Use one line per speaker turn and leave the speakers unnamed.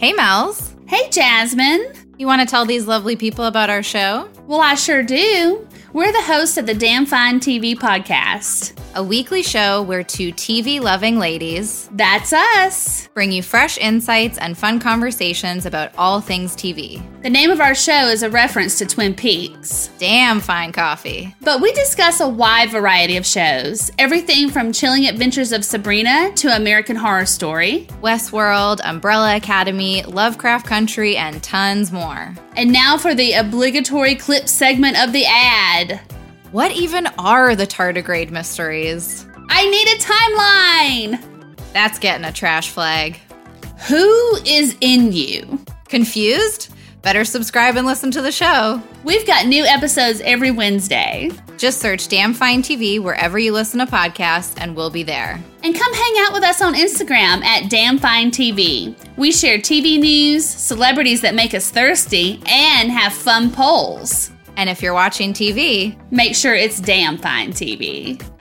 Hey, Mel's.
Hey, Jasmine.
You want to tell these lovely people about our show?
Well, I sure do. We're the hosts of the Damn Fine TV podcast.
A weekly show where two TV loving ladies
That's us.
bring you fresh insights and fun conversations about all things TV.
The name of our show is a reference to Twin Peaks.
Damn fine coffee.
But we discuss a wide variety of shows everything from Chilling Adventures of Sabrina to American Horror Story.
Westworld, Umbrella Academy, Lovecraft Country, and tons more.
And now for the obligatory clip segment of the ad.
What even are the tardigrade mysteries?
I need a timeline.
That's getting a trash flag.
Who is in you?
Confused? Better subscribe and listen to the show.
We've got new episodes every Wednesday.
Just search Damn Fine TV wherever you listen to podcasts and we'll be there.
And come hang out with us on Instagram at DamnFineTV. We share TV news, celebrities that make us thirsty, and have fun polls.
And if you're watching TV,
Make sure it's Damn Fine TV.